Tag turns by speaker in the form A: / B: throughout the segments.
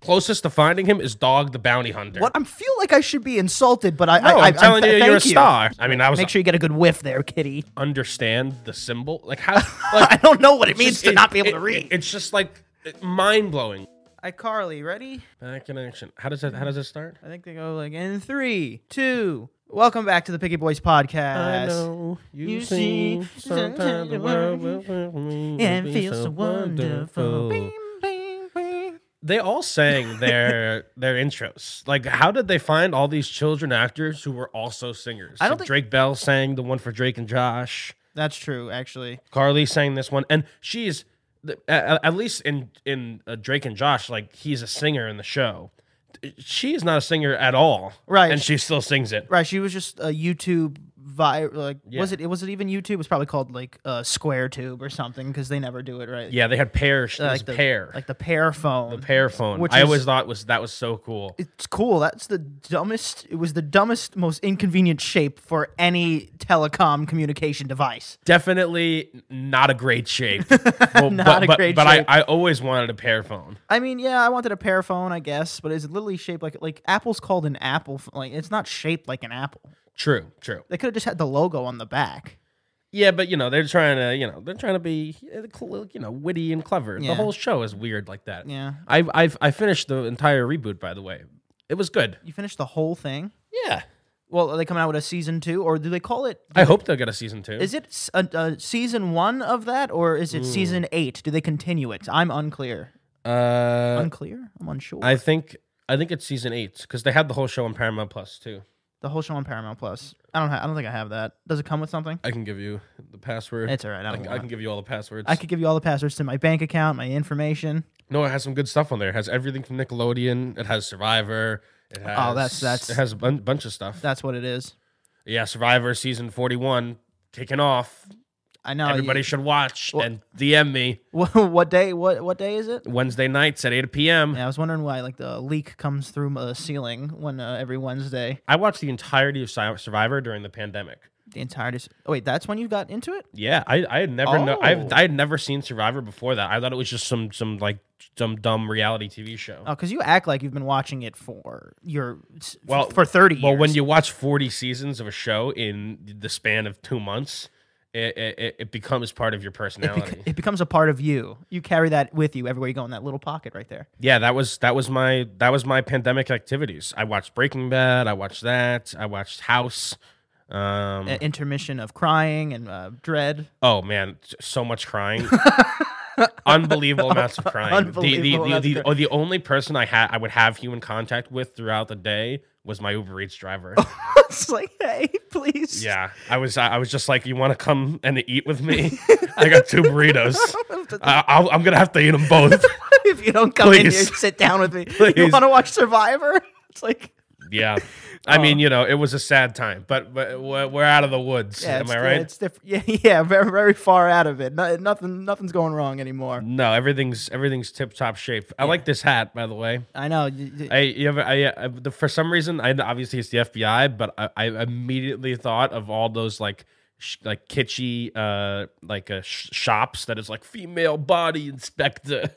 A: closest to finding him is Dog the Bounty Hunter.
B: What I feel like I should be insulted, but I,
A: No,
B: I,
A: I, am telling
B: th-
A: you, you're a
B: thank
A: star. I mean, I was
B: Make sure you get a good whiff there, Kitty.
A: understand the symbol. Like how? Like,
B: I don't know what it
A: it's
B: means
A: just-
B: to
A: it-
B: not be able
A: it-
B: to
A: it-
B: read.
A: it's just like mind blowing.
B: iCarly, ready?
A: Back in action. How does it? How does it start?
B: I think they go like in three, two. Welcome back to the Picky Boys podcast.
A: know you,
B: You
A: see,
B: see,
A: sometimes the world will will- will
B: And
A: be
B: feels so wonderful. Bing, bing, bing.
A: They all sang their their intros. Like, how did they find all these children actors who were also singers?
B: I don't
A: Like,
B: think-
A: Drake Bell sang the one for Drake and Josh.
B: That's true, actually.
A: Carly sang this one, and she's the- at, at least in in uh, Drake and Josh, like he's a singer in the show. She is not a singer at all,
B: Right.
A: And she still sings it.
B: Right, she was just a YouTube vi- like
A: Yeah.
B: was it was it even YouTube? It was probably called like uh, Square Tube or something because they never do it right.
A: Yeah, they had pear,
B: Uh,
A: like
B: like the
A: pear,
B: like the pear phone.
A: the pear phone.
B: which
A: I
B: is-
A: always thought was that was so cool.
B: it's cool. That's the dumbest. It was the dumbest, most inconvenient shape for any telecom communication device.
A: Definitely not a great shape. Well,
B: Not
A: but,
B: a
A: but-
B: great
A: but I,
B: shape.
A: I always wanted a pear phone.
B: I mean, yeah, I wanted a pear phone, I guess, but it's literally shaped like like Apple's called an Apple. ph- Like it's not shaped like an apple.
A: True, true.
B: They could have just had the logo on the back.
A: Yeah, but you know they're trying to you know they're trying to be uh, cl- you know witty and clever. The
B: Yeah.
A: whole show is weird like that.
B: Yeah,
A: I've, I've I finished the entire reboot by the way. It was good.
B: you finished the whole thing.
A: Yeah.
B: Well, are they coming out with a season two, or do they call it?
A: I hope they'll get a season two.
B: Is it s- a, a season one of that, or is it
A: Mm.
B: season eight? Do they continue it? I'm unclear.
A: uh,
B: unclear. I'm unsure.
A: I think I think it's season eight because they had the whole show on Paramount Plus too.
B: the whole show on Paramount Plus. I don't. Ha- I don't think I have that. Does it come with something?
A: I can give you the password.
B: It's all right. I,
A: I
B: don't
A: can, I
B: want
A: can
B: it.
A: give you all the passwords.
B: I could give you all the passwords to my bank account, my information.
A: no, it has some good stuff on there. It has everything from Nickelodeon. It has Survivor. It has,
B: Oh, that's- that's-
A: It has a bun- bunch of stuff.
B: That's what it is.
A: yeah, Survivor season forty one kicking off.
B: I know.
A: Everybody should watch
B: Well-
A: and DM me
B: What, what day? What what day is it?
A: Wednesday nights at eight p.m.
B: Yeah, I was wondering why like the leak comes through the ceiling when uh, every Wednesday
A: I watched the entirety of Sur- Survivor during the pandemic.
B: the entire. Dis- oh wait, that's when you got into it.
A: Yeah, I I had never know
B: Oh.
A: I've I had never seen Survivor before that. I thought it was just some some like some dumb reality TV show.
B: Oh, because you act like you've been watching it for your s- f-
A: Well-
B: for thirty.
A: well, when
B: years.
A: you watch forty seasons of a show in the span of two months, it it, it- it becomes part of your
B: it, bec-
A: personality.
B: it becomes a part of you. You carry that with you everywhere you go in that little pocket right there.
A: yeah, that was that was my that was my pandemic activities. I watched Breaking Bad. I watched that. I watched House. Um,
B: A- intermission of crying and uh, dread.
A: Oh man, s- so much crying. Unbelievable amounts of crying.
B: Unbelievable
A: the, the,
B: amounts
A: the,
B: of
A: the, oh, the only person I had I would have human contact with throughout the day was my Uber Eats driver.
B: Oh, it's like, hey, please.
A: yeah. I was I I was just like, you want to come and eat with me? I got two burritos. I, I'll, I'm gonna have to eat them both.
B: if you don't come in here,
A: Please.
B: and sit down with me. You
A: Please.
B: want to watch Survivor? It's like,
A: yeah. I
B: Oh.
A: mean, you know, it was a sad time, but, but we're, we're out of the woods.
B: yeah,
A: Am
B: it's,
A: I
B: di-
A: right?
B: It's different. Yeah, yeah, very, very far out of it. No, nothing, nothing's going wrong anymore.
A: no, everything's everything's tip top shape. I like this hat, by the way.
B: I know. y- y-
A: I, you ever, I, I the, for some reason, I obviously it's the FBI, but I, I immediately thought of all those like, sh- like kitschy, uh, like uh, sh- shops that is like female body inspector.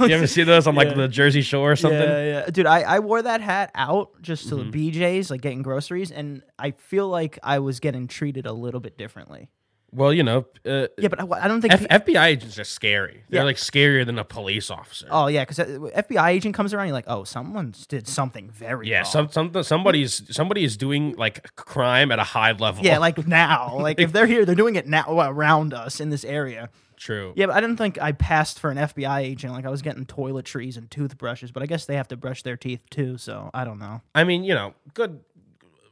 A: you ever see those on like
B: Yeah.
A: the Jersey Shore or something? Mm-hmm.
B: Yeah, yeah. Dude, I, I wore that hat out just to the BJ's, like getting groceries, and I feel like I was getting treated a little bit differently.
A: Well, you know, uh,
B: Yeah, but I, I don't think.
A: F-
B: pe-
A: FBI agents are scary. They're
B: Yeah.
A: like scarier than a police officer.
B: oh, yeah, because FBI agent comes around, you're like, oh, someone did something very
A: yeah,
B: wrong.
A: some, some, somebody's somebody is doing like c- crime at a high level.
B: yeah, like now. Like if they're here, they're doing it now around us in this area.
A: true.
B: Yeah, but I didn't think I passed for an FBI agent. Like I was getting toiletries and toothbrushes, but I guess they have to brush their teeth too. So I don't know.
A: I mean, you know, good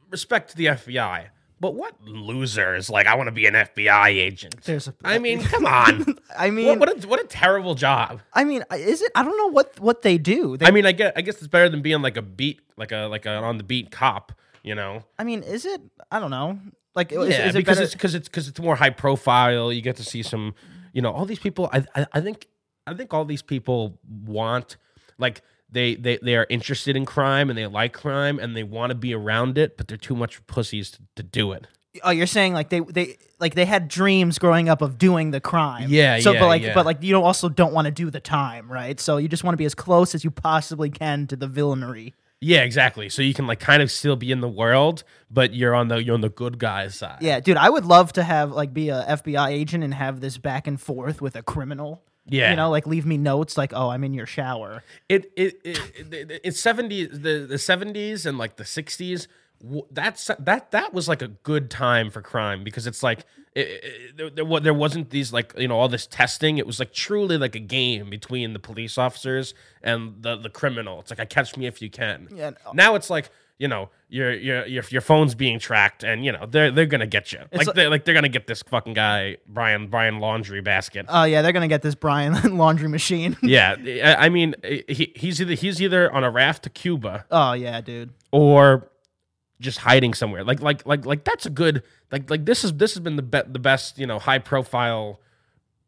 A: respect to the FBI, but what loser is like, I want to be an FBI agent?
B: There's a-
A: I mean, come on.
B: I mean,
A: what, what, a, what a terrible job.
B: I mean, is it? I don't know what what they do. They,
A: I mean, I guess, I guess it's better than being like a beat, like a like an on the beat cop, you know?
B: I mean, is it? I don't know. Like, is,
A: yeah,
B: is it
A: because
B: better?
A: it's because it's because it's more high profile. You get to see some, you know, all these people. I I, I think I think all these people want like. They, they they are interested in crime and they like crime and they want to be around it, but they're too much pussies to, to do it.
B: Oh, you're saying like they they like they had dreams growing up of doing the crime.
A: Yeah,
B: So,
A: yeah,
B: but like,
A: yeah.
B: but like, you don't also don't want to do the time, right? So you just want to be as close as you possibly can to the villainy.
A: Yeah, exactly. So you can like kind of still be in the world, but you're on the you're on the good guy's side.
B: Yeah, dude, I would love to have like be a FBI agent and have this back and forth with a criminal.
A: Yeah.
B: you know, like leave me notes like, oh, I'm in your shower.
A: It it, it, it, it it's seventies the the seventies and like the sixties. That's that that was like a good time for crime because it's like it, it, there, there wa- there wasn't these like you know all this testing. It was like truly like a game between the police officers and the the criminal. It's like a catch me if you can.
B: Yeah, no.
A: Now it's like. You know, your your your your phone's being tracked, and you know they're they're gonna get you. Like,
B: like-
A: they're like they're gonna get this fucking guy Brian Brian Laundry Basket.
B: Oh yeah, they're gonna get this Brian laundry machine.
A: yeah, I I mean he, he's either he's either on a raft to Cuba,
B: oh yeah, dude.
A: or just hiding somewhere. Like like like like that's a good like like this is this has been the be- the best you know high profile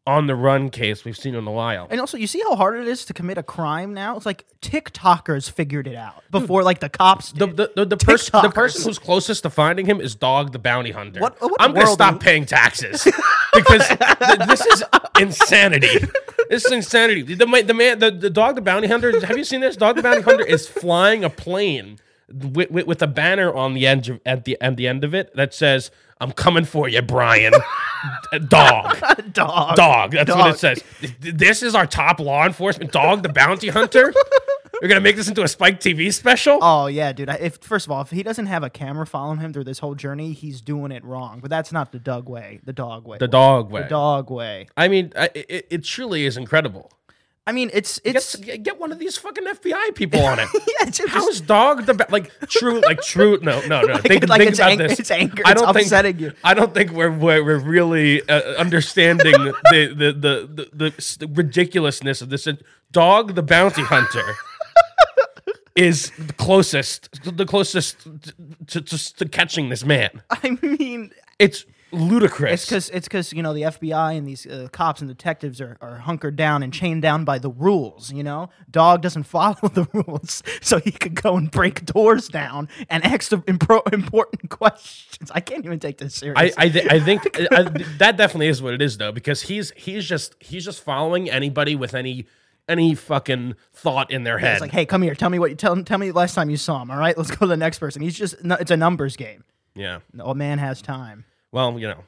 A: on the run case we've seen in a while.
B: And also, you see how hard it is to commit a crime now. It's like TikTokers figured it out before, like the cops
A: The
B: did.
A: the, the, the, pers- the
B: TikTokers.
A: person who's closest to finding him is Dog the Bounty Hunter.
B: What- what
A: I'm gonna
B: world
A: stop
B: are we-
A: paying taxes because th- this is insanity. This is insanity. The, ma- the man, the, the dog, the bounty hunter. Have you seen this? Dog the bounty hunter is flying a plane with, with, with a banner on the end of, at the at the end of it that says, "I'm coming for you, Brian." D- dog,
B: dog.
A: dog. That's what
B: Dog.
A: it says. Th- This is our top law enforcement dog, the bounty hunter. You're gonna make this into a Spike TV special.
B: Oh yeah, dude. I- If first of all, if he doesn't have a camera following him through this whole journey, he's doing it wrong. But that's not the dog way. The dog way.
A: the dog way.
B: The dog way.
A: I mean, I, it, it truly is incredible.
B: I mean, it's
A: Get,
B: it's
A: get one of these fucking FBI people on it.
B: yeah, it's just-
A: How is dog the ba- like true like true? No, no, no. think
B: like
A: think
B: it's
A: about
B: ang-
A: this.
B: it's anger,
A: I
B: it's
A: don't
B: upsetting
A: think,
B: you.
A: I don't think we're we're, we're really uh, understanding the, the, the the the s- the ridiculousness of this. And Dog the bounty hunter is the closest the closest to, to, to catching this man.
B: I mean,
A: It's ludicrous.
B: It's because it's because you know the FBI and these uh, cops and detectives are, are hunkered down and chained down by the rules. You know, dog doesn't follow the rules, so he could go and break doors down and ask the impro- important questions. I can't even take
A: I
B: this serious.
A: I, th- I think I, that definitely is what it is though because he's he's just he's just following anybody with any any fucking thought in their head.
B: it's like, hey, come here, tell me what you tell tell me last time you saw him. All right, let's go to the next person. He's just no, it's a numbers game.
A: yeah.
B: The old man has time.
A: Well, you know,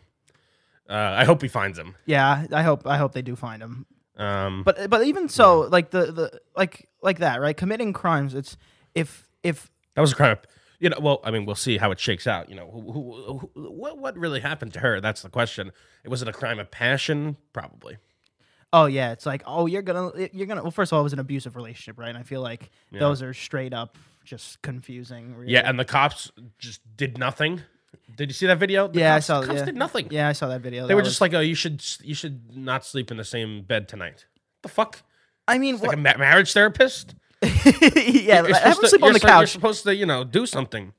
A: uh, I hope he finds him.
B: Yeah, I hope I hope they do find him.
A: Um,
B: But but even so, like the, the like like that right? Committing crimes. It's if if
A: that was a crime. You know, well, I mean, we'll see how it shakes out. You know, who, who, who, what what really happened to her? That's the question. Was it a crime of passion? Probably.
B: Oh yeah, it's like oh you're gonna you're gonna well first of all it was an abusive relationship right and I feel like those are straight up just confusing. Really.
A: Yeah, and the cops just did nothing. Did you see that video? The
B: yeah,
A: cops,
B: I saw.
A: Cops
B: yeah.
A: did nothing.
B: Yeah, I saw that video.
A: They were just like, "Oh, you should you should not sleep in the same bed tonight." The fuck?
B: I mean,
A: like
B: what?
A: a ma- marriage therapist.
B: yeah,
A: You're
B: I have
A: supposed
B: them
A: to-
B: sleep on
A: you're
B: the
A: so- You're
B: couch.
A: supposed to, you know, do something.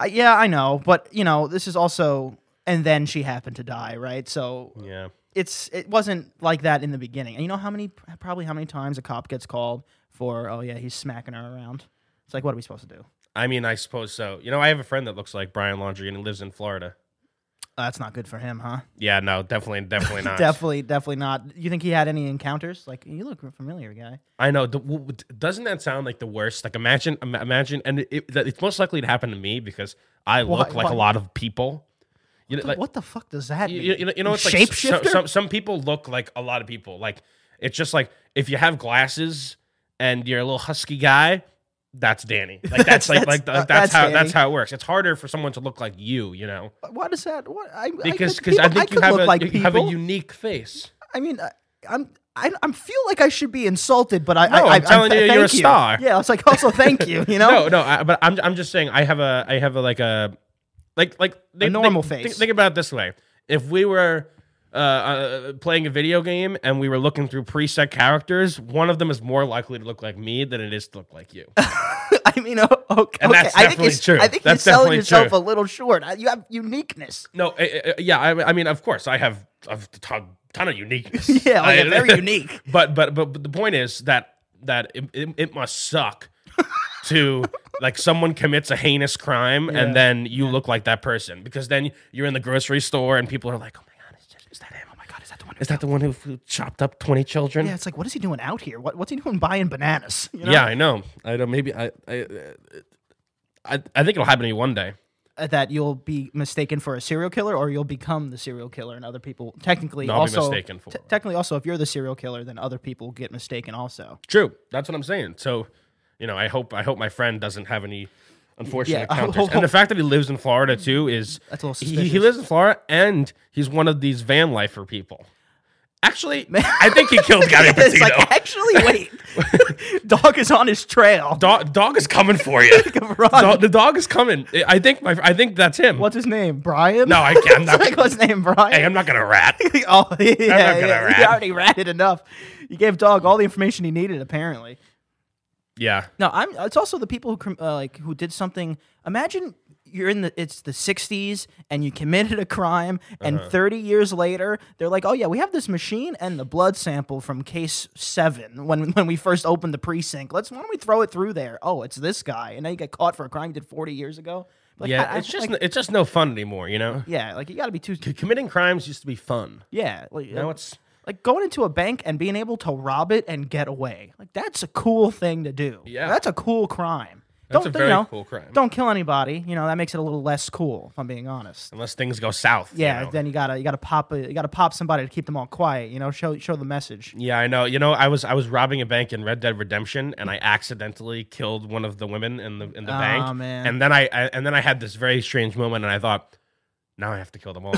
B: I- yeah, I know, but you know this is also and then she happened to die right so
A: Yeah,
B: it's it wasn't like that in the beginning and you know how many probably how many times a cop gets called for oh yeah he's smacking her around it's like what are we supposed to do
A: I mean, I suppose so. You know, I have a friend that looks like Brian Laundry, and he lives in Florida.
B: Uh, that's not good for him huh
A: Yeah, no, definitely, definitely not.
B: definitely definitely not you think he had any encounters like you look familiar guy
A: I know. The, w- w- doesn't that sound like the worst? Like, imagine, im- imagine, and it, it, that- it's most likely to happen to me because I look like
B: why-
A: a lot of people. You know,
B: Dude,
A: like,
B: what the fuck does that mean?
A: you, you know, you know, it's like s- so-
B: shapeshifter.
A: some some people look like a lot of people. Like, it's just like if you have glasses and you're a little husky guy, that's Danny. Like that's,
B: That's-
A: like like
B: that's- uh,
A: that's, how
B: that's
A: that's
B: Danny.
A: how it works. It's harder for someone to look like you, you know,
B: what is that? What I
A: because
B: I, could-
A: because I,
B: people-
A: think you
B: could
A: have
B: look
A: a
B: like
A: you
B: people.
A: have a unique face.
B: I mean, I, I'm I, I feel like I should be insulted, but I, I
A: No,
B: I,
A: I'm telling
B: th-
A: you, you're a
B: thank
A: star.
B: Yeah, I was like, also thank you. You know,
A: No, no, I, but I'm I'm just saying I have a I have a like a like like they-
B: normal
A: think- Think,
B: face.
A: think about it this way: if we were. Uh, uh, playing a video game, and we were looking through preset characters. One of them is more likely to look like me than it is to look like you.
B: I mean, o- okay,
A: And that's
B: okay. I think
A: definitely
B: it's-
A: true.
B: I think
A: That's
B: you're selling
A: definitely
B: yourself
A: true.
B: a little short. I- You have uniqueness.
A: No, uh, uh, yeah, I, I mean, of course, I have a ton, ton of uniqueness.
B: Yeah, oh,
A: I-
B: yeah, very unique.
A: But, but but but the point is that that it, it, it must suck to like someone commits a heinous crime
B: Yeah.
A: and then you look like that person because then you're in the grocery store and people are like, oh my god, is, is that him?
B: Oh my god, is that the one?
A: Is that the one who, who chopped up twenty children?
B: Yeah, it's like, what is he doing out here? What, what's he doing buying bananas? You know?
A: Yeah, I know. I know. Maybe I. I, uh, I, I think it'll happen to you one day.
B: Uh, That you'll be mistaken for a serial killer, or you'll become the serial killer, and other people technically
A: No, I'll be
B: also
A: mistaken for
B: te-
A: it.
B: technically also if you're the serial killer, then other people get mistaken also.
A: True. That's what I'm saying. So, you know, I hope I hope my friend doesn't have any unfortunate
B: Yeah, I
A: encounters.
B: hope-
A: and the fact that he lives in Florida too is
B: That's a little
A: he- he,
B: suspicious.
A: lives in Florida and he's one of these van lifer people. Actually, I think he killed Gabby
B: it's
A: Petito.
B: like actually wait, dog is on his trail.
A: dog, dog is coming for you.
B: Run.
A: Dog- the dog is coming. I- I think my I think that's him.
B: What's his name? Brian?
A: No, I can't. I'm
B: It's
A: not-
B: like, what's his name? Brian?
A: Hey, I'm not gonna rat.
B: oh, yeah, yeah,
A: gonna
B: yeah. He
A: rat.
B: already ratted enough. You gave Dog all the information he needed, apparently.
A: Yeah.
B: No, I'm. It's also the people who com- uh, like who did something. Imagine you're in the it's the 60s and you committed a crime and
A: Uh-huh.
B: 30 years later they're like oh yeah we have this machine and the blood sample from case 7 when when we first opened the precinct let's why don't we throw it through there oh it's this guy and now you get caught for a crime you did 40 years ago like,
A: Yeah.
B: I- I-
A: it's just
B: like,
A: n- it's just no fun anymore. You know,
B: yeah like you got to be too
A: committing crimes used to be fun.
B: yeah like, uh,
A: Now it's
B: like going into a bank and being able to rob it and get away. Like that's a cool thing to do.
A: Yeah.
B: that's a cool crime.
A: That's
B: don't
A: a
B: you
A: very
B: know,
A: cool crime.
B: Don't kill anybody. You know that makes it a little less cool. If I'm being honest.
A: unless things go south. you
B: Yeah,
A: know?
B: then you gotta you gotta pop a, you gotta pop somebody to keep them all quiet. You know, show show the message.
A: Yeah, I know. You know, I was I was robbing a bank in Red Dead Redemption, and I accidentally killed one of the women in the in the
B: Aw,
A: bank.
B: man.
A: And then I, I and then I had this very strange moment, and I thought, now I have to kill them all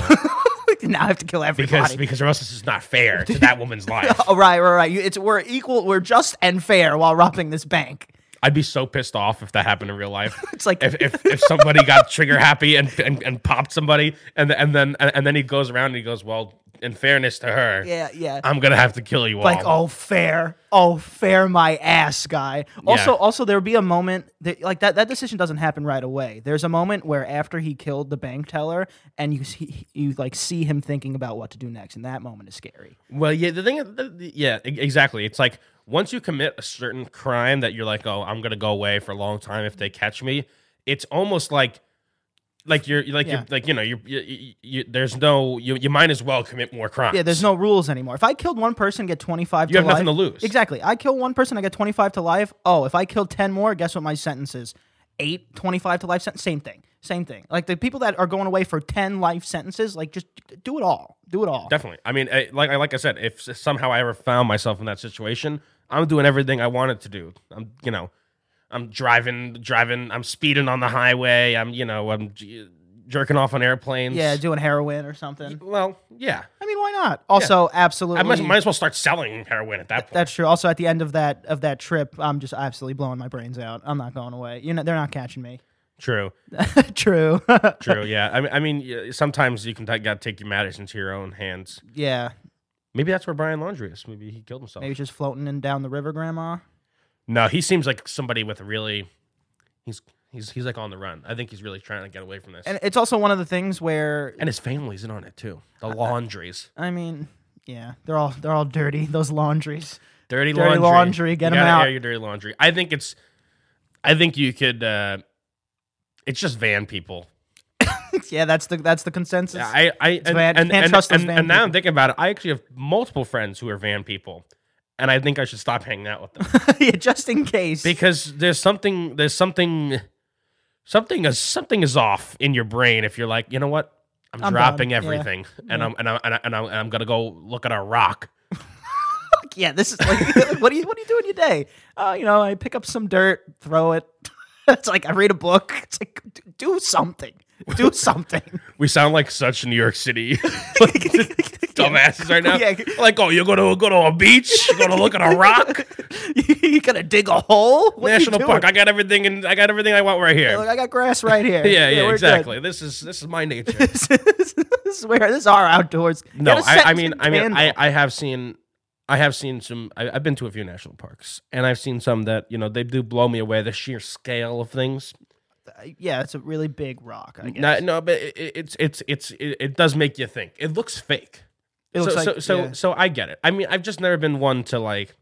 B: now I have to kill everybody.
A: because because or else this is not fair to that woman's life.
B: oh, right, right, right. You, it's we're equal. We're just and fair while robbing this bank.
A: I'd be so pissed off if that happened in real life.
B: It's like
A: If, if, if somebody got trigger happy and, and, and popped somebody and and then and, and then he goes around and he goes well in fairness to her
B: yeah, yeah.
A: I'm gonna have to kill you
B: like
A: all
B: oh fair oh fair my ass guy also
A: Yeah.
B: also there would be a moment that like that that decision doesn't happen right away there's a moment where after he killed the bank teller and you see you like see him thinking about what to do next and that moment is scary
A: Well, yeah, the thing, is- the, the- yeah, e- exactly. It's like once you commit a certain crime that you're like, oh, I'm gonna go away for a long time if they catch me. It's almost like, like you're like
B: Yeah.
A: you're like you know you're, you, you, you there's no you you might as well commit more crimes.
B: yeah there's no rules anymore if i killed one person get 25
A: You
B: to
A: have nothing
B: life-
A: to lose.
B: exactly i kill one person i get 25 to life oh if i kill 10 more guess what my sentence is 8 25 to life sentence same thing same thing like the people that are going away for 10 life sentences like just do it all do it all
A: definitely. I mean, I, like I- like I said, if s- somehow I ever found myself in that situation, I'm doing everything I wanted to do. I'm you know, I'm driving driving. I'm speeding on the highway. I'm you know I'm j- jerking off on airplanes.
B: yeah doing heroin or something
A: Well, yeah.
B: I mean, why not? Also, absolutely.
A: I might, might as well start selling heroin at that point.
B: that's true. Also, at the end of that of that trip, I'm just absolutely blowing my brains out. I'm not going away. You know, they're not catching me.
A: True,
B: true.
A: true. Yeah, I mean, I mean, yeah, sometimes you can t- got to take your matters into your own hands.
B: yeah,
A: Maybe that's where Brian Laundrie is. Maybe he killed himself.
B: maybe just floating in down the river, Grandma.
A: No, he seems like somebody with a really. He's he's he's like on the run. I think he's really trying to get away from this. And,
B: And it's also one of the things where
A: his family's in on it too. The
B: Uh,
A: laundries,
B: I mean, yeah, they're all they're all dirty. Those laundries.
A: dirty,
B: dirty
A: laundry,
B: laundry, get
A: You
B: 'em
A: gotta
B: out.
A: air your dirty laundry. I think it's. I think you could. uh It's just van people.
B: yeah, that's the that's the consensus.
A: Yeah, I, I and,
B: van-
A: and,
B: can't
A: and,
B: trust those
A: and,
B: van
A: and now
B: people.
A: I'm thinking about it. I actually have multiple friends who are van people, and I think I should stop hanging out with them
B: yeah, just in case.
A: because there's something, there's something, something is something is off in your brain if you're like, you know what, I'm,
B: I'm
A: dropping
B: done. Yeah.
A: everything, and I'm and I'm and, I, and, I'm, and I'm gonna go look at a rock.
B: yeah, this is like, what do you what do you do in your day? Oh, you know, I pick up some dirt, throw it. it's like I read a book. It's like d- do something, do something.
A: We sound like such New York City dumbasses right now.
B: Yeah.
A: Like, oh, you're gonna go to a beach, you're gonna look at a rock,
B: you gonna dig a hole? What are you
A: national
B: doing?
A: park. I got everything, and I got everything I want right here.
B: Look, I got grass right here.
A: yeah, yeah,
B: we're good.
A: exactly. This is this is my nature.
B: This is, this is where this is our outdoors. You
A: no,
B: gotta set
A: I, I mean,
B: some
A: I mean, I,
B: candle.
A: I have seen, I have seen some. I, I've been to a few national parks, and I've seen some that you know they do blow me away. The sheer scale of things.
B: uh, yeah, it's a really big rock. I guess.
A: No, no, but it, it- it's it's it's it, it does make you think. It looks fake.
B: It looks
A: so
B: like-
A: so so,
B: yeah.
A: so I get it. I mean, I've just never been one to like,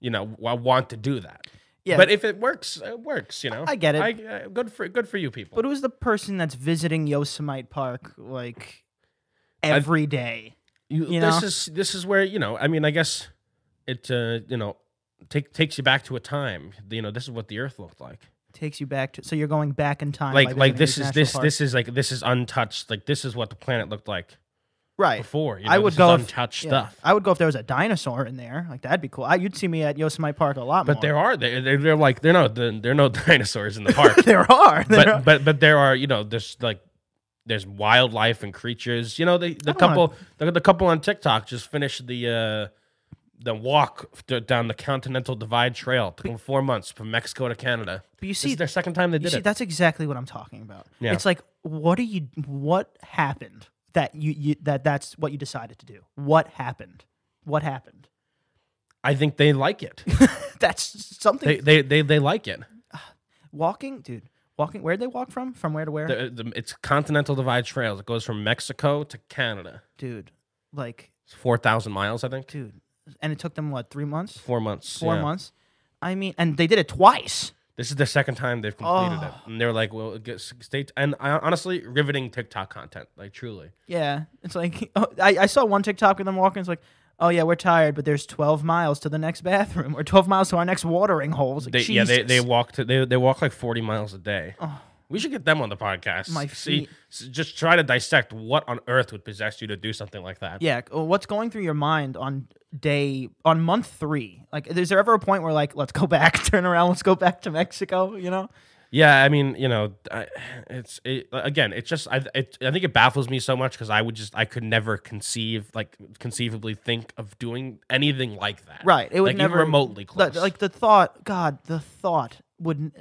A: you know, w- want to do that.
B: Yeah,
A: But if it works, it works. You know,
B: I get it.
A: I, I, good for good for you people.
B: but who's the person that's visiting Yosemite Park like
A: I-
B: every day? you
A: this
B: know?
A: is this is where you know. I mean, I guess it uh, you know take, takes you back to a time. You know, this is what the Earth looked like.
B: Takes you back to so you're going back in time. by
A: Like like
B: visiting
A: this is
B: these national
A: this
B: parks.
A: this is like this is untouched. Like this is what the planet looked like
B: right.
A: before. You know,
B: I would
A: this
B: go
A: is
B: if-
A: untouched
B: Yeah.
A: stuff.
B: I would go if there was a dinosaur in there. Like that'd be cool. I, you'd see me at Yosemite Park a lot
A: But
B: more.
A: there are they they're, they're like they're no they're no dinosaurs in the park.
B: there are. There are.
A: but but but there are you know there's like there's wildlife and creatures you know the the
B: I don't wanna-
A: couple the, the couple on TikTok just finished the uh the walk d- down the Continental Divide Trail took them four months from Mexico to Canada.
B: But you
A: This
B: see,
A: is their second time they
B: you
A: did
B: see,
A: it.
B: that's exactly what I'm talking about.
A: Yeah.
B: It's like, what do you? What happened that you, you that that's what you decided to do? What happened? What happened?
A: I think they like it.
B: That's something.
A: they, they they they like it.
B: walking, dude. Walking. Where'd they walk from? From where to where,
A: The, the, it's Continental Divide Trails. It goes from Mexico to Canada.
B: dude? Like,
A: It's four thousand miles, I think.
B: dude. And it took them what? Three months?
A: Four months.
B: Four
A: yeah.
B: months? I mean, and they did it twice.
A: This is the second time they've completed it,
B: Oh.
A: and they're like, "Well, get- stay." t- and I, honestly, riveting TikTok content, like truly.
B: Yeah, it's like oh, I, I saw one TikTok of them walking. It's like, oh yeah, we're tired, but there's 12 miles to the next bathroom or 12 miles to our next watering hole. It's like,
A: They, yeah, they, they
B: Jesus.
A: walk to, they they walk like forty miles a day.
B: Oh.
A: We should get them on the podcast.
B: My
A: See,
B: feet.
A: s- just try to dissect what on earth would possess you to do something like that.
B: Yeah, uh, what's going through your mind on day on month three? Like, is there ever a point where like, let's go back, turn around, let's go back to Mexico? You know?
A: Yeah, I mean, you know, I, it's it, again, it's just I it, I think it baffles me so much because I would just I could never conceive like conceivably think of doing anything like that.
B: Right. It would
A: like, even
B: never
A: remotely
B: the-
A: close.
B: like the thought, God, the thought wouldn't.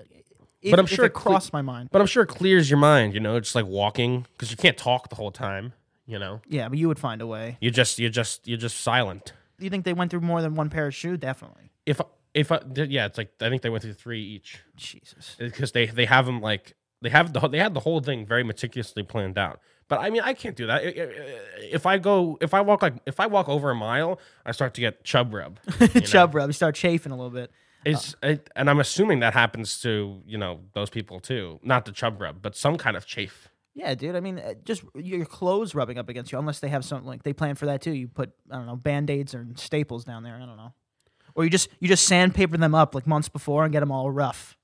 B: If,
A: But I'm
B: if
A: sure
B: it
A: cle-
B: crossed my mind.
A: But I'm sure it clears your mind, you know, just like walking because you can't talk the whole time, you know.
B: Yeah, but you would find a way.
A: You just you just you're just silent.
B: You think they went through more than one pair of shoe? Definitely.
A: If if I, th- yeah, it's like I think they went through 3 each
B: Jesus.
A: because they they have them like they have the whole- they had the whole thing very meticulously planned out. But I mean, I can't do that. I- I- If I go if I walk like if I walk over a mile, I start to get chub rub. you know?
B: Chub rub. You start chafing a little bit.
A: It's it, and I'm assuming that happens to, you know, those people too. Not the chub rub, but some kind of chafe.
B: Yeah, dude. I mean, uh, just your clothes rubbing up against you, unless they have something like they plan for that too. You put I don't know band aids or staples down there. I don't know, or you just you just sandpaper them up like months before and get them all rough.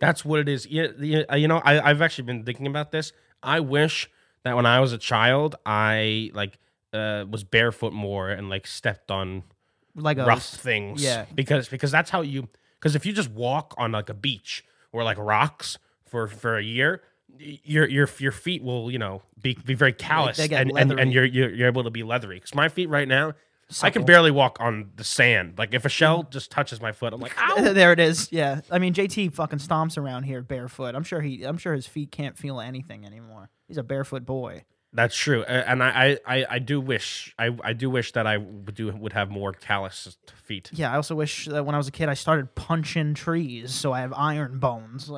A: That's what it is. Yeah, yeah, uh, You know, I, I've actually been thinking about this. I wish that when I was a child, I like uh, was barefoot more and like stepped on
B: Like
A: rough things.
B: Yeah.
A: Because because that's how you. Because if you just walk on like a beach or like rocks for for a year, y- your your your feet will you know be be very callous
B: get
A: and, and
B: leathery.
A: and you're you're, you're able to be leathery. Because my feet right now. I
B: Supple. Mm.
A: can barely walk on the sand. Like if a shell just touches my foot, I'm like, ow!
B: there it is. Yeah, I mean JT fucking stomps around here barefoot. I'm sure he I'm sure his feet can't feel anything anymore. He's a barefoot boy.
A: That's true, A- and I, I, I- I do wish I, I do wish that I would do would have more calloused feet.
B: Yeah, I also wish that when I was a kid I started punching trees so I have iron bones. Like.